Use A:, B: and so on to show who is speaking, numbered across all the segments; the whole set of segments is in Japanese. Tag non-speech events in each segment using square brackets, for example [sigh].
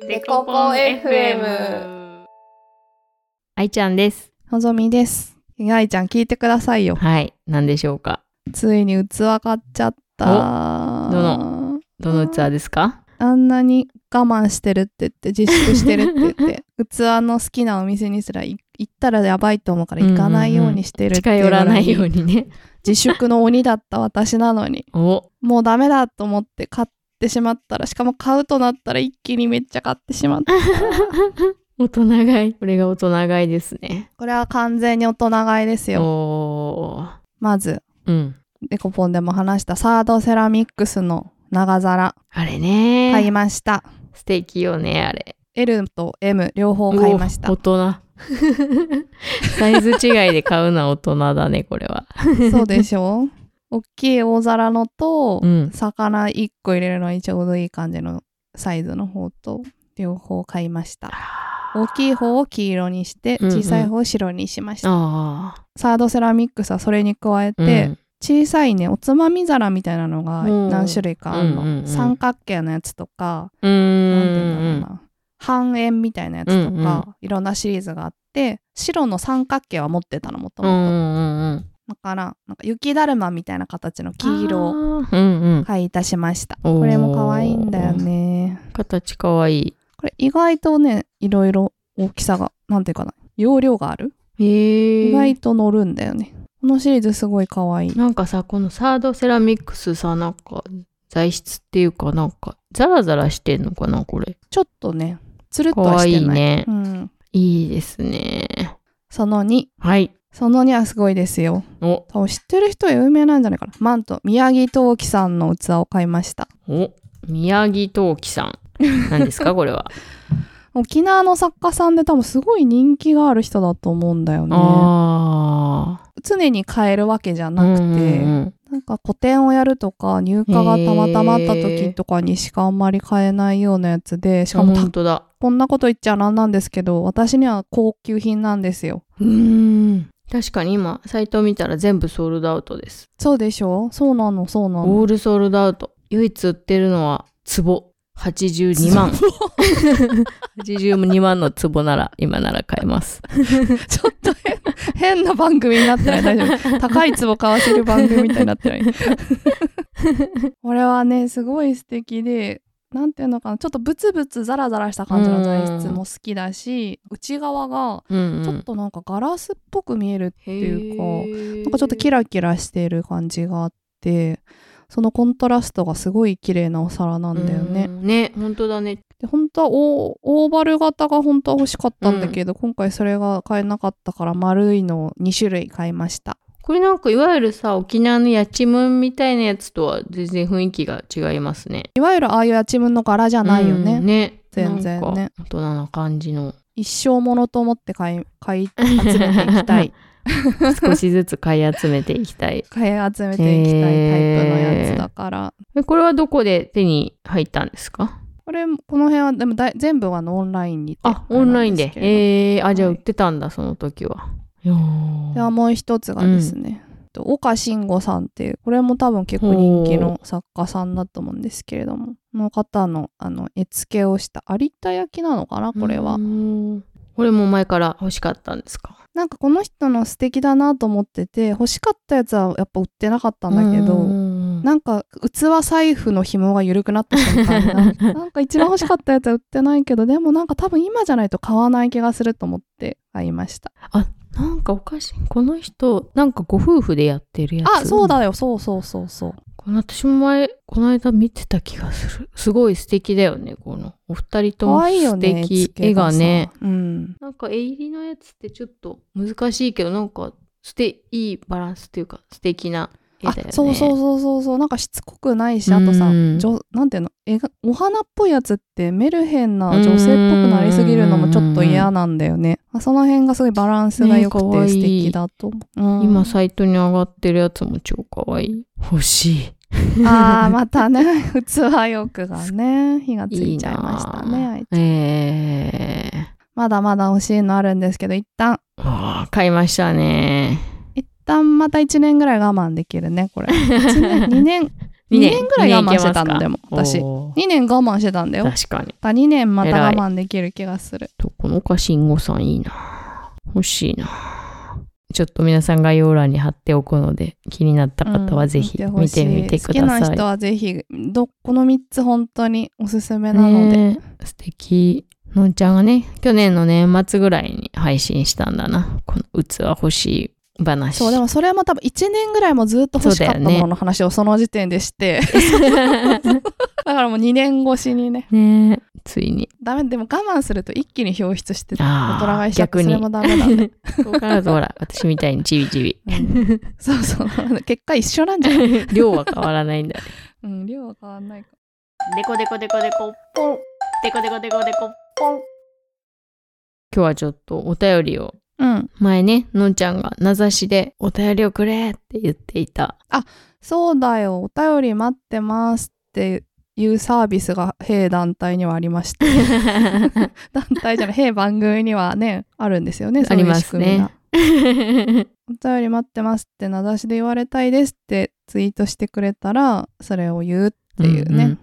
A: デコポン FM。愛ちゃんです。
B: のぞみです。やいちゃん聞いてくださいよ。
A: はい。何でしょうか
B: ついに器買っちゃった。
A: おどのどの器ですか
B: あんなに我慢してるって言って、自粛してるって言って、器の好きなお店にすらい行ったらやばいと思うから行かないようにしてるって
A: 近
B: いう
A: 寄
B: ぐら
A: ら
B: い
A: ないように
B: [laughs]
A: ね。
B: 自粛の鬼だった私なのに、
A: [laughs] お
B: もうダメだと思って買ってしまったら、しかも買うとなったら一気にめっちゃ買ってしまった。
A: 大人買い。これが大人買いですね。
B: これは完全に大人買いですよ。
A: おー。
B: まず、
A: うん。
B: デコポンでも話したサードセラミックスの長皿
A: あれね。
B: 買いました。
A: 素敵よね、あれ。
B: L と M 両方買いまし
A: お
B: た
A: 大
B: [laughs]
A: 人。サイズ違いで買うのは大人だね、これは。
B: そうでしょ [laughs] 大きい大皿のと、
A: うん。
B: 魚1個入れるのにちょうどいい感じのサイズの方と両方買いました大きい方を黄色にして
A: うんうん
B: 小さい方を白にしました、
A: ああ。
B: サードセラミックスはそれに加えて、
A: うん、
B: 小さいねおつまみ皿みたいなのが
A: うん
B: 何種類かあるの、
A: うんうんうん
B: 三角形のやつとか、
A: うー。
B: なんて言うんだろうんな半円みたいなやつと
A: うん
B: か、いろんなシリーズがあって白の三角形は持ってたのもと
A: う
B: も
A: ん
B: と
A: うんうん。
B: だから、なんか雪だるまみたいな形の黄色を
A: あーうんうん。
B: 買い足しました。
A: おー
B: これも可愛いんだよね。
A: 形かわいい。
B: これ意外とね、いろいろ大きさが、なんていうかな、容量がある。
A: へえ
B: 意外と乗るんだよね。このシリーズすごい可愛い。
A: なんかさこのサードセラミックスさなんか材質っていうかなんかザラザラしてんのかなこれ
B: ちょっとね、つるっ
A: か
B: とは
A: わ
B: し
A: い
B: て
A: い
B: ない。
A: ね
B: うん。
A: いいですね
B: その2。
A: はい
B: その2はすごいですよ。
A: お
B: 多分知ってる人は有名なんじゃないかな。マント、宮城陶器さんの器を買いました。
A: お宮城陶器
B: [laughs]
A: さん何ですかこれは
B: 沖縄の作家さんで多分すごい人気がある人だと思うんだよね。
A: ああ
B: 常に買えるわけじゃなくて、
A: うん
B: なんか個展をやるとか入荷がたまたまあった時とかにしかあんまり買えないようなやつでしかもた
A: 本当だ
B: こんなこと言っちゃなんなんですけど私には高級品なんですよ
A: うーん確かに今サイト見たら全部ソールドアウトです
B: そうでしょそうなのそうなの
A: オールソールドアウト唯一売ってるのは壺82万 [laughs] 82万の壺なら今なら買えます
B: ちょっと変変な番組になってない大丈
A: [laughs]
B: 夫高い壺買わせる番組みたいになってないこれはねすごい素敵でなんていうのかなちょっとブツブツザラザラした感じの材質も好きだし内側が
A: うん
B: ちょっとなんかガラスっぽく見えるっていうか、なんかちょっとキ
A: ラ
B: ラキラしている感じがあってそのコントラストがすごい綺麗なお皿なんだよね。
A: ね本当だね
B: で本当はオーオーバル型が本当は欲しかったんだけど、今回それが買えなかったから丸いのを2種類買いました。
A: これなんかいわゆるさ沖縄のやちむんみたいなやつとは全然雰囲気が違いますね
B: いわゆるああいうやちむんの柄じゃないよね。
A: うんね
B: 全然ね
A: なんか大人な感じの
B: 一生ものと思って買い買い集めていきた
A: [laughs]
B: い
A: 少しずつ買い集めていき [laughs] たい
B: 買い集めていきたいタイプのやつだから
A: えこれはどこで手に入ったんですか
B: これもこの辺はでもだい全部はあのオンラインにて
A: あオンライン
B: な
A: で
B: んすけれど
A: えー、あじゃあ売
B: は
A: っ
B: い
A: てたんだその時はいや
B: では
A: ー
B: もう一つがですね、と岡慎吾さんっていうこれも多分結構人気の作家さんだと思うんですけれどもこの方のあの絵付けをした有田焼ののかなこれは、
A: うんこれも前から欲しかったんですか
B: なんかこの人の素敵だなと思ってて欲しかったやつはやっぱ売ってなかったんだけど、
A: うん
B: なんか器財布の紐が緩くなった瞬間にな
A: [laughs]
B: んかなんか一番欲しかったやつは売ってないけどでもなんか多分今じゃないと買わない気がすると思って買いました
A: なんかおかしい。この人、なんかご夫婦でやってるやつ。
B: あそう。だよそうそうそうそう
A: この私も前、この間見てた気がする。すごい素敵だよね、この。お二人と
B: 可
A: も
B: 愛いよ
A: 素
B: ね
A: 敵。
B: 絵
A: 絵が
B: さ
A: ね。
B: うん
A: なんか絵入りのやつってちょっと難しいけど、なんか、すて、いいバランスっていうか、素敵な絵だよね。
B: あそうそう
A: う。
B: そうそうそうなんかしつこくないしあとさ
A: うん
B: 女なんていうの絵がお花っぽいやつってメルヘンな女性っぽくなりすぎるのもちょっと嫌なんだよねあその辺がすごいバランスが良く
A: ね可愛
B: て
A: い
B: 素敵だと思う、うん
A: 今サイトに上がってるやつも超可愛い。欲しい。
B: あーまたね [laughs] 器欲がね火がつ
A: い
B: い
A: い
B: ちゃいました
A: な
B: ねあい
A: ぁ。え
B: まだまだ欲しいのあるんですけど一旦
A: ー。あー買いましたね。 [laughs]
B: 一旦また1年ぐらい我慢できるねこれ1年2年2年ぐらい我慢してたのでも私2
A: 2
B: 年我慢してたんだよ
A: 確かに。
B: 2年また我慢できる気がする
A: と、この子慎吾さんいいな。欲しいな。ちょっと皆さん概要欄に貼っておくので、気になった方はぜひ
B: うんほ
A: 見
B: しい
A: てみてくだ
B: 好きな
A: さい。
B: 人はぜひどこの3つ本当におすすめなので、
A: ねえ素敵。のんちゃんがね、去年の年末ぐらいに配信したんだな。この器欲しい話。
B: そうでもそれも多分1年ぐらいもずっと欲しかった
A: そうだよね
B: ものの話をその時点でして、だからもう2年越しにね
A: [laughs] ねえついに。
B: ダメでも我慢すると一気に表出して大
A: あ
B: 人買
A: あ、
B: いしちゃって
A: 逆
B: それ
A: に。
B: もダメなん
A: [laughs]
B: だ、
A: ここからだとほら、私みたいにちびちび。
B: うんそうそう結果一緒なんじ
A: [laughs]
B: ゃない、
A: 量は変わらないんだ。
B: うん、量は変わんないか
A: デコデコデコデコポン。デコデコデコデコポン。今日はちょっとお便りを。
B: うん
A: 前ね、のんちゃんが名指しでお便りをくれって言ってい
B: [laughs]
A: た。
B: そうだよお便り待ってますっていうサービスが弊団体にはありまして団体じゃない弊番組にはねあるんですよねそうい
A: [laughs] あり
B: う
A: ますね
B: 仕組みがお便り待ってますって名指しで言われたいですってツイートしてくれたらそれを言うっていうね、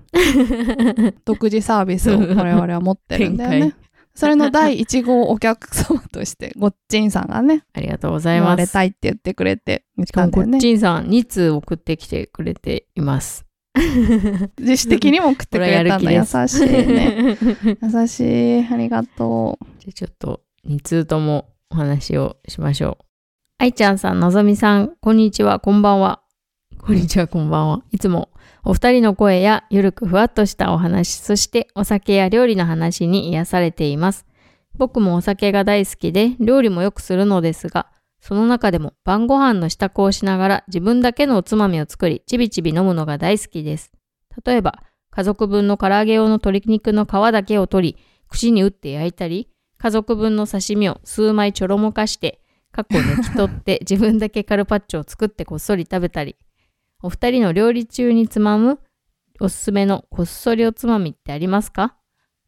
B: 独自サービ
A: [laughs]
B: スを我々は持ってるんだよ
A: 展
B: ね。それの第1号お客様としてごっちんさんがね
A: [laughs] [laughs] ありがとうござい
B: 言わ
A: ま
B: れ
A: す。
B: たいって言ってくれて言っ
A: しか
B: た
A: も
B: んだ
A: こ
B: よね
A: っ。ちんさん2通送ってきてくれてい
B: [laughs]
A: ます。
B: 自主的にも送ってくれたん
A: こ
B: だ
A: れや
B: 優
A: る気
B: しい
A: [laughs]
B: ね。優しいありがとう。
A: じゃあちょっと2通ともお話をしましょう。愛ちゃんさん、のぞみさん、こんにちは、こんばんは。こんにちは、こんばんは。いつもお二人の声やゆるくふわっとしたお話、そしてお酒や料理の話に癒されています。僕もお酒が大好きで、料理もよくするのですが、その中でも晩ご飯の支度をしながら自分だけのおつまみを作り、ちびちび飲むのが大好きです。例えば、家族分の唐揚げ用の鶏肉の皮だけを取り、串に打って焼いたり、家族分の刺身を数枚ちょろもかして、過去抜き取って自分だけカルパッチョを作ってこっそり食べたり、お二人の料理中につまむおすすめのこっそりおつまみってありますか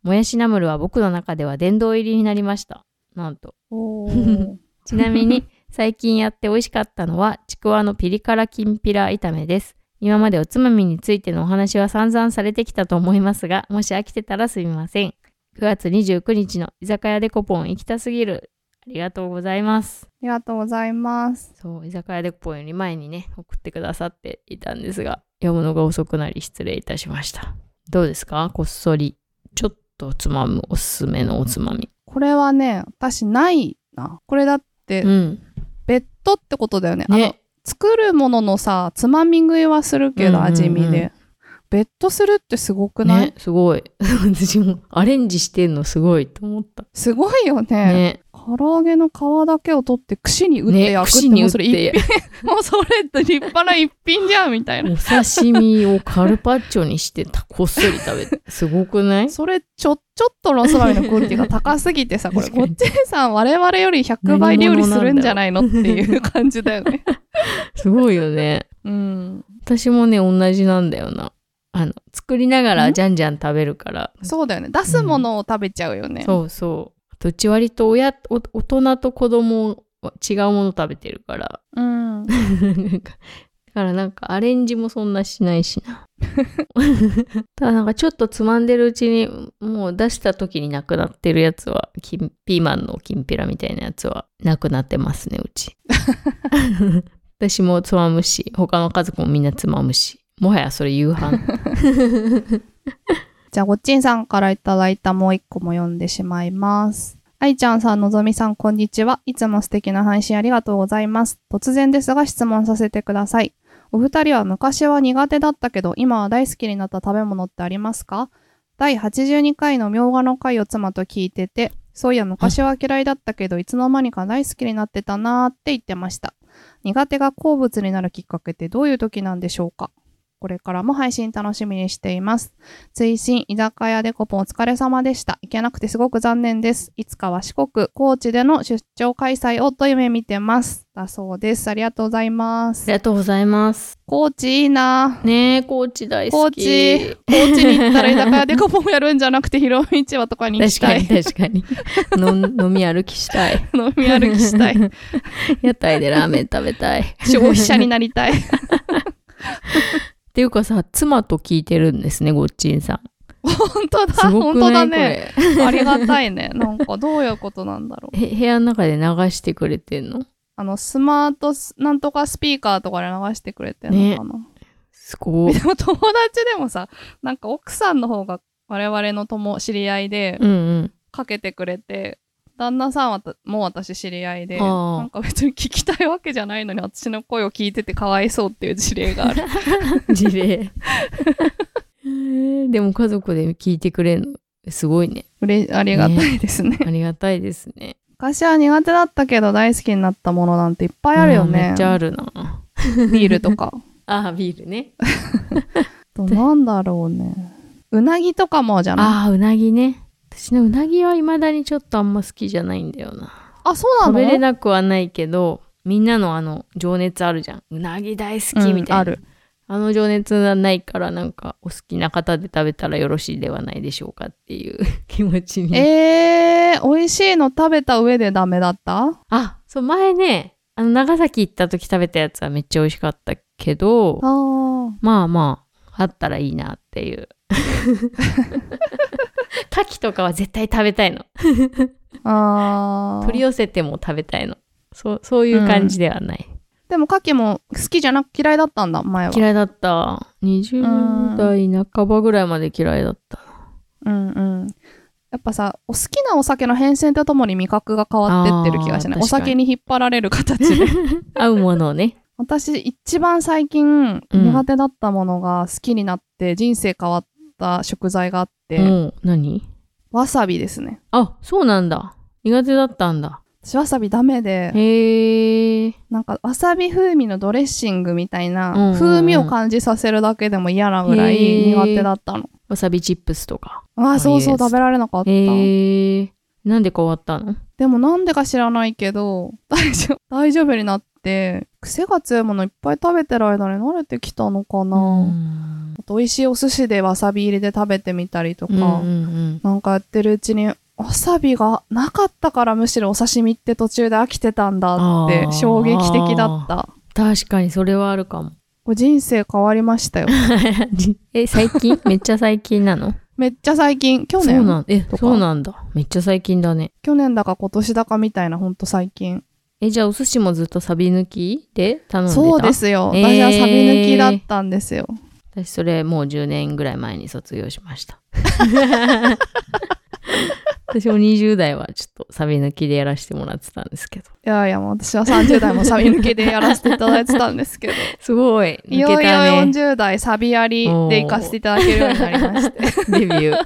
A: もやしナムルは僕の中では殿堂入りになりました。なんと。 [laughs] ちなみ
B: [laughs]
A: に最近やって美味しかったのはちくわのピリ辛きんぴら炒めです。今までおつまみについてのお話は散々されてきたと思いますが、もし飽きてたらすみません。9月29日の居酒屋デコポン行きたすぎる。ありがとうございます。
B: ありがとうございます。
A: そう、居酒屋デコポンより前にね、送ってくださっていたんですが、読むのが遅くなり失礼いたしました。どうですかこっそり。ちょっとつまむおすすめのおつまみ。
B: これはね私ないな。これだって
A: うん。
B: 別途ってことだよね。あの
A: ね。
B: 作るもののさつまみ食いはする
A: う
B: け
A: んう
B: ど
A: んうん
B: 味見で、ベッドするってすごくない、
A: ね、すごい [laughs] 私もアレンジしてんのすごいと思った
B: すごいよね
A: ね
B: 唐揚げの皮だけを取って串に打って
A: ね
B: 焼くって、
A: 串に打
B: もう
A: っ
B: それ一
A: [laughs] て
B: 品もうそれって立派な一品じゃんみたいな
A: お刺身をカルパッチョにしてたこっそり食べてすごく
B: [laughs]
A: ない
B: それちょちょっとのおつまみのクオリティが高すぎてさこれ
A: 確か
B: こ
A: に
B: っちさん我々より100倍料理するんじゃないのっていう感じだよね
A: すごいよね
B: うん
A: 私もね同じなんだよなあの作りながらじゃんじゃん食べるから
B: そうだよね出すものを食べちゃうよね、
A: そうそうあとうち割と親お大人と子供は違うもの食べてるから
B: う
A: な
B: ん
A: んかだからなんかアレンジもそんなしないし
B: [laughs]
A: なただなんかちょっとつまんでるうちにもう出した時になくなってるやつはきんピーマンのきんぴらみたいなやつはなくなってますねう
B: [laughs]
A: ち私もつまむし他の家族もみんなつまむしもはやそれ夕
B: [laughs]
A: 飯
B: じゃあ、ごっちんさんからいただいたもう一個も読んでしまいます。愛ちゃんさん、のぞみさん、こんにちは。いつも素敵な配信ありがとうございます。突然ですが質問させてください。お二人は昔は苦手だったけど、今は大好きになった食べ物ってありますか第82回のみょうがの回を妻と聞いてて、そういや昔は嫌いだったけど、いつの間にか大好きになってたなーって言ってました。苦手が好物になるきっかけってどういう時なんでしょうかこれからも配信楽しみにしています。追伸居酒屋デコポンお疲れ様でした。行けなくてすごく残念です。いつかは四国、高知での出張開催をと夢見てます。だそうです。ありがとうございま
A: あ
B: す
A: り。がとうございます
B: 高知いいな
A: ねえ高知大好
B: 高
A: き
B: 知、高知に行ったら居酒屋デコポンやるんじゃなくて、広尾市場とかに行き
A: 確
B: た
A: か
B: い
A: に。確かにの飲み歩きしたい
B: 飲み歩きし
A: [laughs]
B: たい。
A: 屋台でラーメン食べたい
B: 消費者になりたい。
A: っていうかさ、妻と聞いてるんですね、ごっちんさん。
B: 本当だ、
A: すご
B: 本
A: く
B: 当
A: な
B: だ
A: いこ
B: ね。
A: れ。
B: ありがたいね。なんかどういうことなんだろう。
A: へ部屋の中で流してくれてんの
B: あの、スマートス、なんとかスピーカーとかで流してくれてるのかな。
A: すごい。
B: でも友達でもさ、なんか奥さんの方が我々の友、知り合いで
A: うんうん。
B: かけてくれて、旦那さんはたもう私知り合いで、
A: あー
B: なんか別に聞きたいわけじゃないのに私の声を聞いててかわいそうっていう事例が
A: [laughs]
B: ある。
A: 事例。へーでも家族で聞いてくれるの。すごいね。
B: うれありがたいですね。
A: ありがたいですね。
B: 昔は苦手だったけど大好きになったものなんていっぱいあるよ
A: うんめ
B: ね
A: っ。ちゃあるな。
B: ビール
A: [laughs]
B: とか。
A: ああ、ビールね。
B: となんだろうね。うなぎとかもじゃない
A: ああ、うなぎね。私のうなぎは未だにちょっとあんま好きじゃないんだよな。
B: あそう
A: 食
B: なの
A: べれなくはないけどみんなのあの情熱あるじゃんうなぎ大好きみたいな、
B: うんある
A: あの情熱はないからなんかお好きな方で食べたらよろしいではないでしょうかっていう [laughs] 気持ちに
B: えー、美味しいの食べた上でダメだった
A: あそう前ねあの長崎行った時食べたやつはめっちゃ美味しかったけど
B: あー
A: まあまああったらいいなって
B: [laughs]
A: いう牡蠣とかは絶対食べたいの
B: あー
A: 取り寄せても食べたいのそうそういう感じではない、
B: でも牡蠣も好きじゃなく嫌いだったんだ前は
A: 嫌いだった20代半ばぐらいまで嫌いだった
B: うんうんやっぱさお好きなお酒の変遷とともに味覚が変わってってる気がしな
A: あ
B: い
A: ー
B: お酒に引っ張られる形で [laughs]
A: 合うものをね
B: 私一番最近
A: うん
B: 苦手だったものが好きになって人生変わった食材があって、
A: もう何
B: わさびですね
A: あそうなんだ苦手だったんだ
B: 私わさびダメで
A: へえ
B: なんかわさび風味のドレッシングみたい
A: うんうんう
B: なん風味を感じさせるだけでも嫌なぐらい苦手だったの
A: わさびチップスとか
B: ああそうそ
A: あ
B: う
A: いいです
B: 食べられなかった
A: へえなんで変わったの
B: でもなんでか知らないけど、大丈夫、大丈夫になって、癖が強いものいっぱい食べてる間に慣れてきたのかな。
A: うん
B: あと美味しいお寿司でわさび入れて食べてみたりとか、
A: うんうん
B: なんかやってるうちに、わさびがなかったからむしろお刺身って途中で飽きてたんだって
A: あー
B: 衝撃的だった。
A: 確かにそれはあるかも [laughs]
B: これ人生変わりましたよ。
A: え最
B: [laughs]
A: 近めっちゃ最近なの
B: めっちゃ最近、去
A: そう
B: 年、
A: なんえ
B: か
A: そうなんだめっちゃ最近だね
B: 去年だか今年だかみたいなほんと最近。
A: えじゃあお寿司もずっとサビ抜きで頼んでた
B: そうですよ。
A: えー
B: 私はサビ抜きだったんですよ。
A: 私それもう10年ぐらい前に卒業しました [laughs] 私も20代はちょっとサビ抜きでやらせてもらってたんですけど
B: いやいや、もう私は30代もサビ抜けでやらせていただいてたんで
A: [laughs]
B: すけど、
A: すごい抜
B: いよ
A: け
B: いよ
A: たね
B: 40代サビありで行かせていただけるようになりまして。
A: デビュー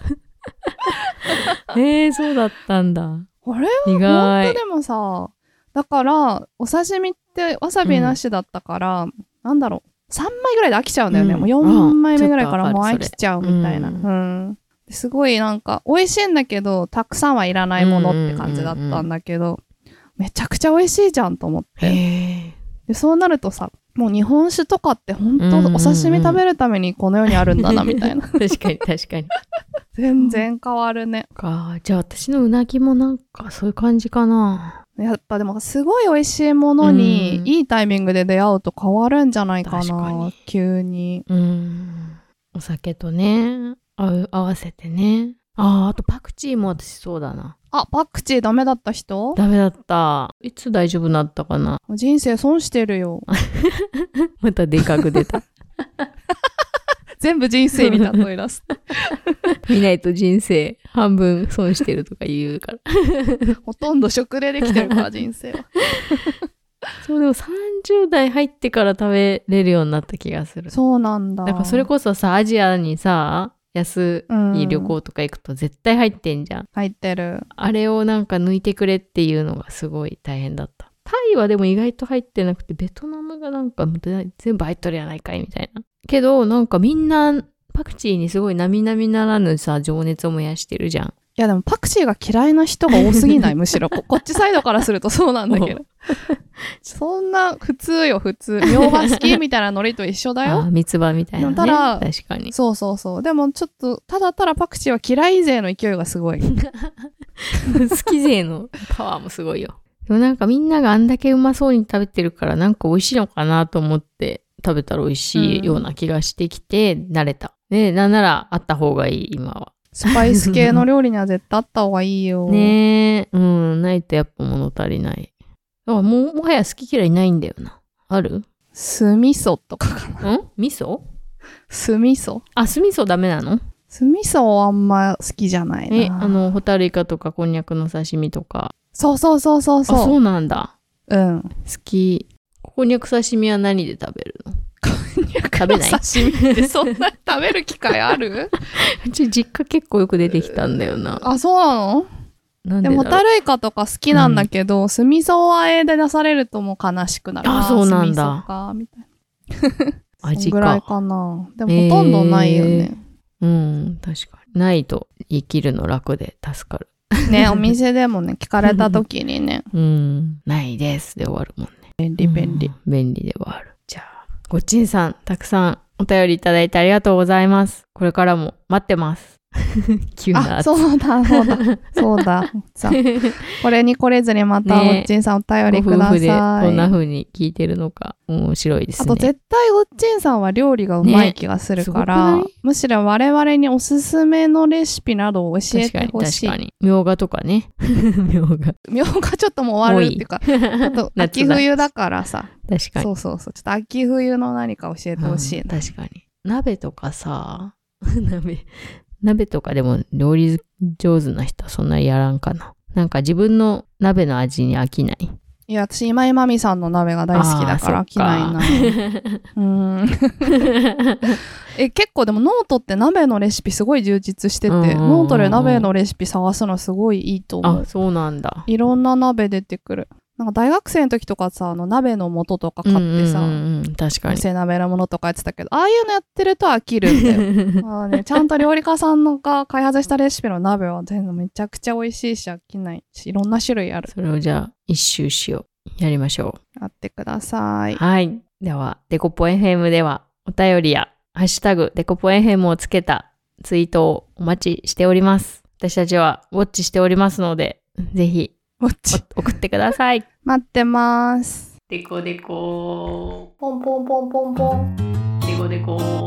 A: [laughs] えー、そうだったんだ
B: あれ
A: 意
B: 本
A: 外
B: 当でもさ、だから、お刺身ってわさびなしだったから、なんだろう、3枚ぐらいで飽きちゃうんだよね。
A: うん
B: もう4枚目ぐらいか
A: う
B: ら
A: ん
B: もう飽きちゃうみたいな。
A: ち
B: う
A: ょっとわかる
B: ん。ですごいなんか、美味しいんだけど、たくさんはいらないものって感じだったんだけど、めちゃくちゃ美味しいじゃんと思って。
A: え
B: でそうなるとさもう日本酒とかって本
A: うんうんう
B: 当
A: ん
B: お刺身食べるためにこの世にあるん
A: [laughs]
B: だなみたいな
A: 確かに確かに
B: 全然変わるね
A: かじゃあ私のうなぎもなんかそういう感じかな
B: やっぱでもすごい美味しいものに
A: うん
B: いいタイミングで出会うと変わるんじゃないか
A: 確か
B: な
A: に
B: 急に
A: うんお酒とね合う合わせてねあああとパクチーも私そうだな
B: あパクチーダメだった人
A: ダメだったいつ大丈夫になったかな
B: 人生損して
A: [laughs]
B: るよ
A: またでかく出 [laughs] た
B: 全部人生に例え出す
A: 見ないと人生半分損してるとか言うから
B: [laughs] ほとんど食でできてるから
A: [laughs]
B: 人生は
A: そうでも30代入ってから食べれるようになった気がする
B: そうなんだ
A: だからそれこそさアジアにさ安
B: うん
A: い旅行とか行くと絶対入ってんじゃん、
B: 入ってる
A: あれをなんか抜いてくれっていうのがすごい大変だったタイはでも意外と入ってなくてベトナムがなんか全部入っとるやないかいみたいなけどなんかみんなパクチーにすごい並々ならぬさ情熱を燃やしてるじゃん
B: いやでもパクチーが嫌いな人が多
A: [laughs]
B: すぎないむしろここっちサイドからするとそうなんだけどそんな普通よ普通みょうが好きみたいなノリと一緒
A: [laughs]
B: だ
A: あ
B: よ
A: ー三つ葉みたいなね
B: ただ
A: 確かに
B: そうそうそうでもちょっとただただパクチーは嫌い勢の勢いがすごい
A: [laughs] 好き勢のパワーもすごいよでもなんかみんながあんだけうまそうに食べてるからなんか美味しいのかなと思って食べたら美味し
B: うん
A: いような気がしてきて、慣れた。ね、なんならあった方がいい、今は。
B: スパイス系の料理には絶対あった方がいいよ。
A: ねえ、うん、ないとやっぱ物足りない。だからもう、もはや好き嫌いないんだよな。あるん
B: 酢味噌とかかな。
A: 味噌
B: 酢味噌
A: あ、酢味噌ダメなの
B: 酢味噌はあんま好きじゃないな。
A: え、あの、ホタルイカとかこんにゃくの刺身とか。
B: そうそうそうそう
A: あ、そ
B: そう。
A: うなんだ。
B: うん。
A: 好き。こんにゃく刺身は何で食べるの [laughs]
B: 食
A: べない
B: [laughs] 刺身ってそんな食べる機会あ
A: [laughs]
B: る
A: うち実家結構よく出てきたんだよな。
B: あ、そうなの
A: なん
B: で
A: で
B: も、
A: だ
B: ホ
A: ろう
B: タルイカとか好きなんだけど、酢味噌和えで出されるともう悲しくなるな。
A: あそうなんだ
B: 酢味噌か、みたいな。そ
A: 味
B: んぐらい
A: か。
B: かな。でもほとんどないよね。
A: うん、確かに。ないと生きるの楽で助かる。 [laughs]
B: ね、お店でもね、聞かれた時にね、
A: うん、ないですで終わるもんね。
B: 便利便利。
A: うん便利ではある。じゃあ、ごちんさん、たくさんお便りいただいてありがとうございます。これからも待ってます。 [laughs] 急な
B: あ、
A: 圧。
B: そうだ、そうだ、
A: [laughs]
B: そうだ。さあこれにこれずにまた、
A: ね
B: ごっちんさんお便
A: ご
B: りく
A: 夫
B: だ
A: 婦でこんな
B: さい。
A: 風に聞いてるのか面白いです
B: あ
A: ね。
B: と絶対ごっちんさんは料理がうまい気がするか
A: ね
B: ら、
A: すごくな
B: むしろ我々におすすめのレシピなどを教え
A: 確か
B: て
A: に
B: ほし
A: 確か
B: い。
A: に。みょうがとかね。 [laughs] みょうが。
B: [laughs] みょうがちょっともう終わるっていうか、ちょっと秋
A: [laughs] 夏だ
B: 冬だからさ、
A: 確かに。
B: そうそうそう、ちょっと秋冬の何か教えてほしい
A: うん
B: な。
A: 確かに。鍋とかさ、 [laughs] 鍋、鍋とかでも料理上手な人はそんなやらんかな。なんか自分の鍋の味に飽きない。
B: いや、私今井まみさんの鍋が大好きだから
A: あー
B: 飽きないな。うーん [laughs] え結構でもノートって鍋のレシピすごい充実してて、
A: うんうんうんうん
B: ノートで鍋のレシピ探すのすごいいいと思
A: あ、
B: う
A: そうなんだ。
B: いろんな鍋出てくるなんか大学生の時とかさあの鍋の素とか買ってさ、
A: うんうんうん確か
B: お
A: [laughs] に。
B: せ鍋のものとかやってたけどああいうのやってると飽きるんだよまあ、ね、ちゃんと料理家さんのが開発したレシピの鍋は全部めちゃくちゃ美味しいし飽きないしいろんな種類ある
A: それをじゃあ一周しよう。やりましょ
B: あってくださ
A: う。
B: い
A: はい。では、デコポ FM ではお便りやハッシュタグデコポ FM をつけたツイートをお待ちしております。私たちはウォッチしておりますので、ぜひ
B: もっち
A: お [laughs] 送ってください。
B: 待ってます
A: デコデコ
B: ポンポンポンポンポン
A: デコデコ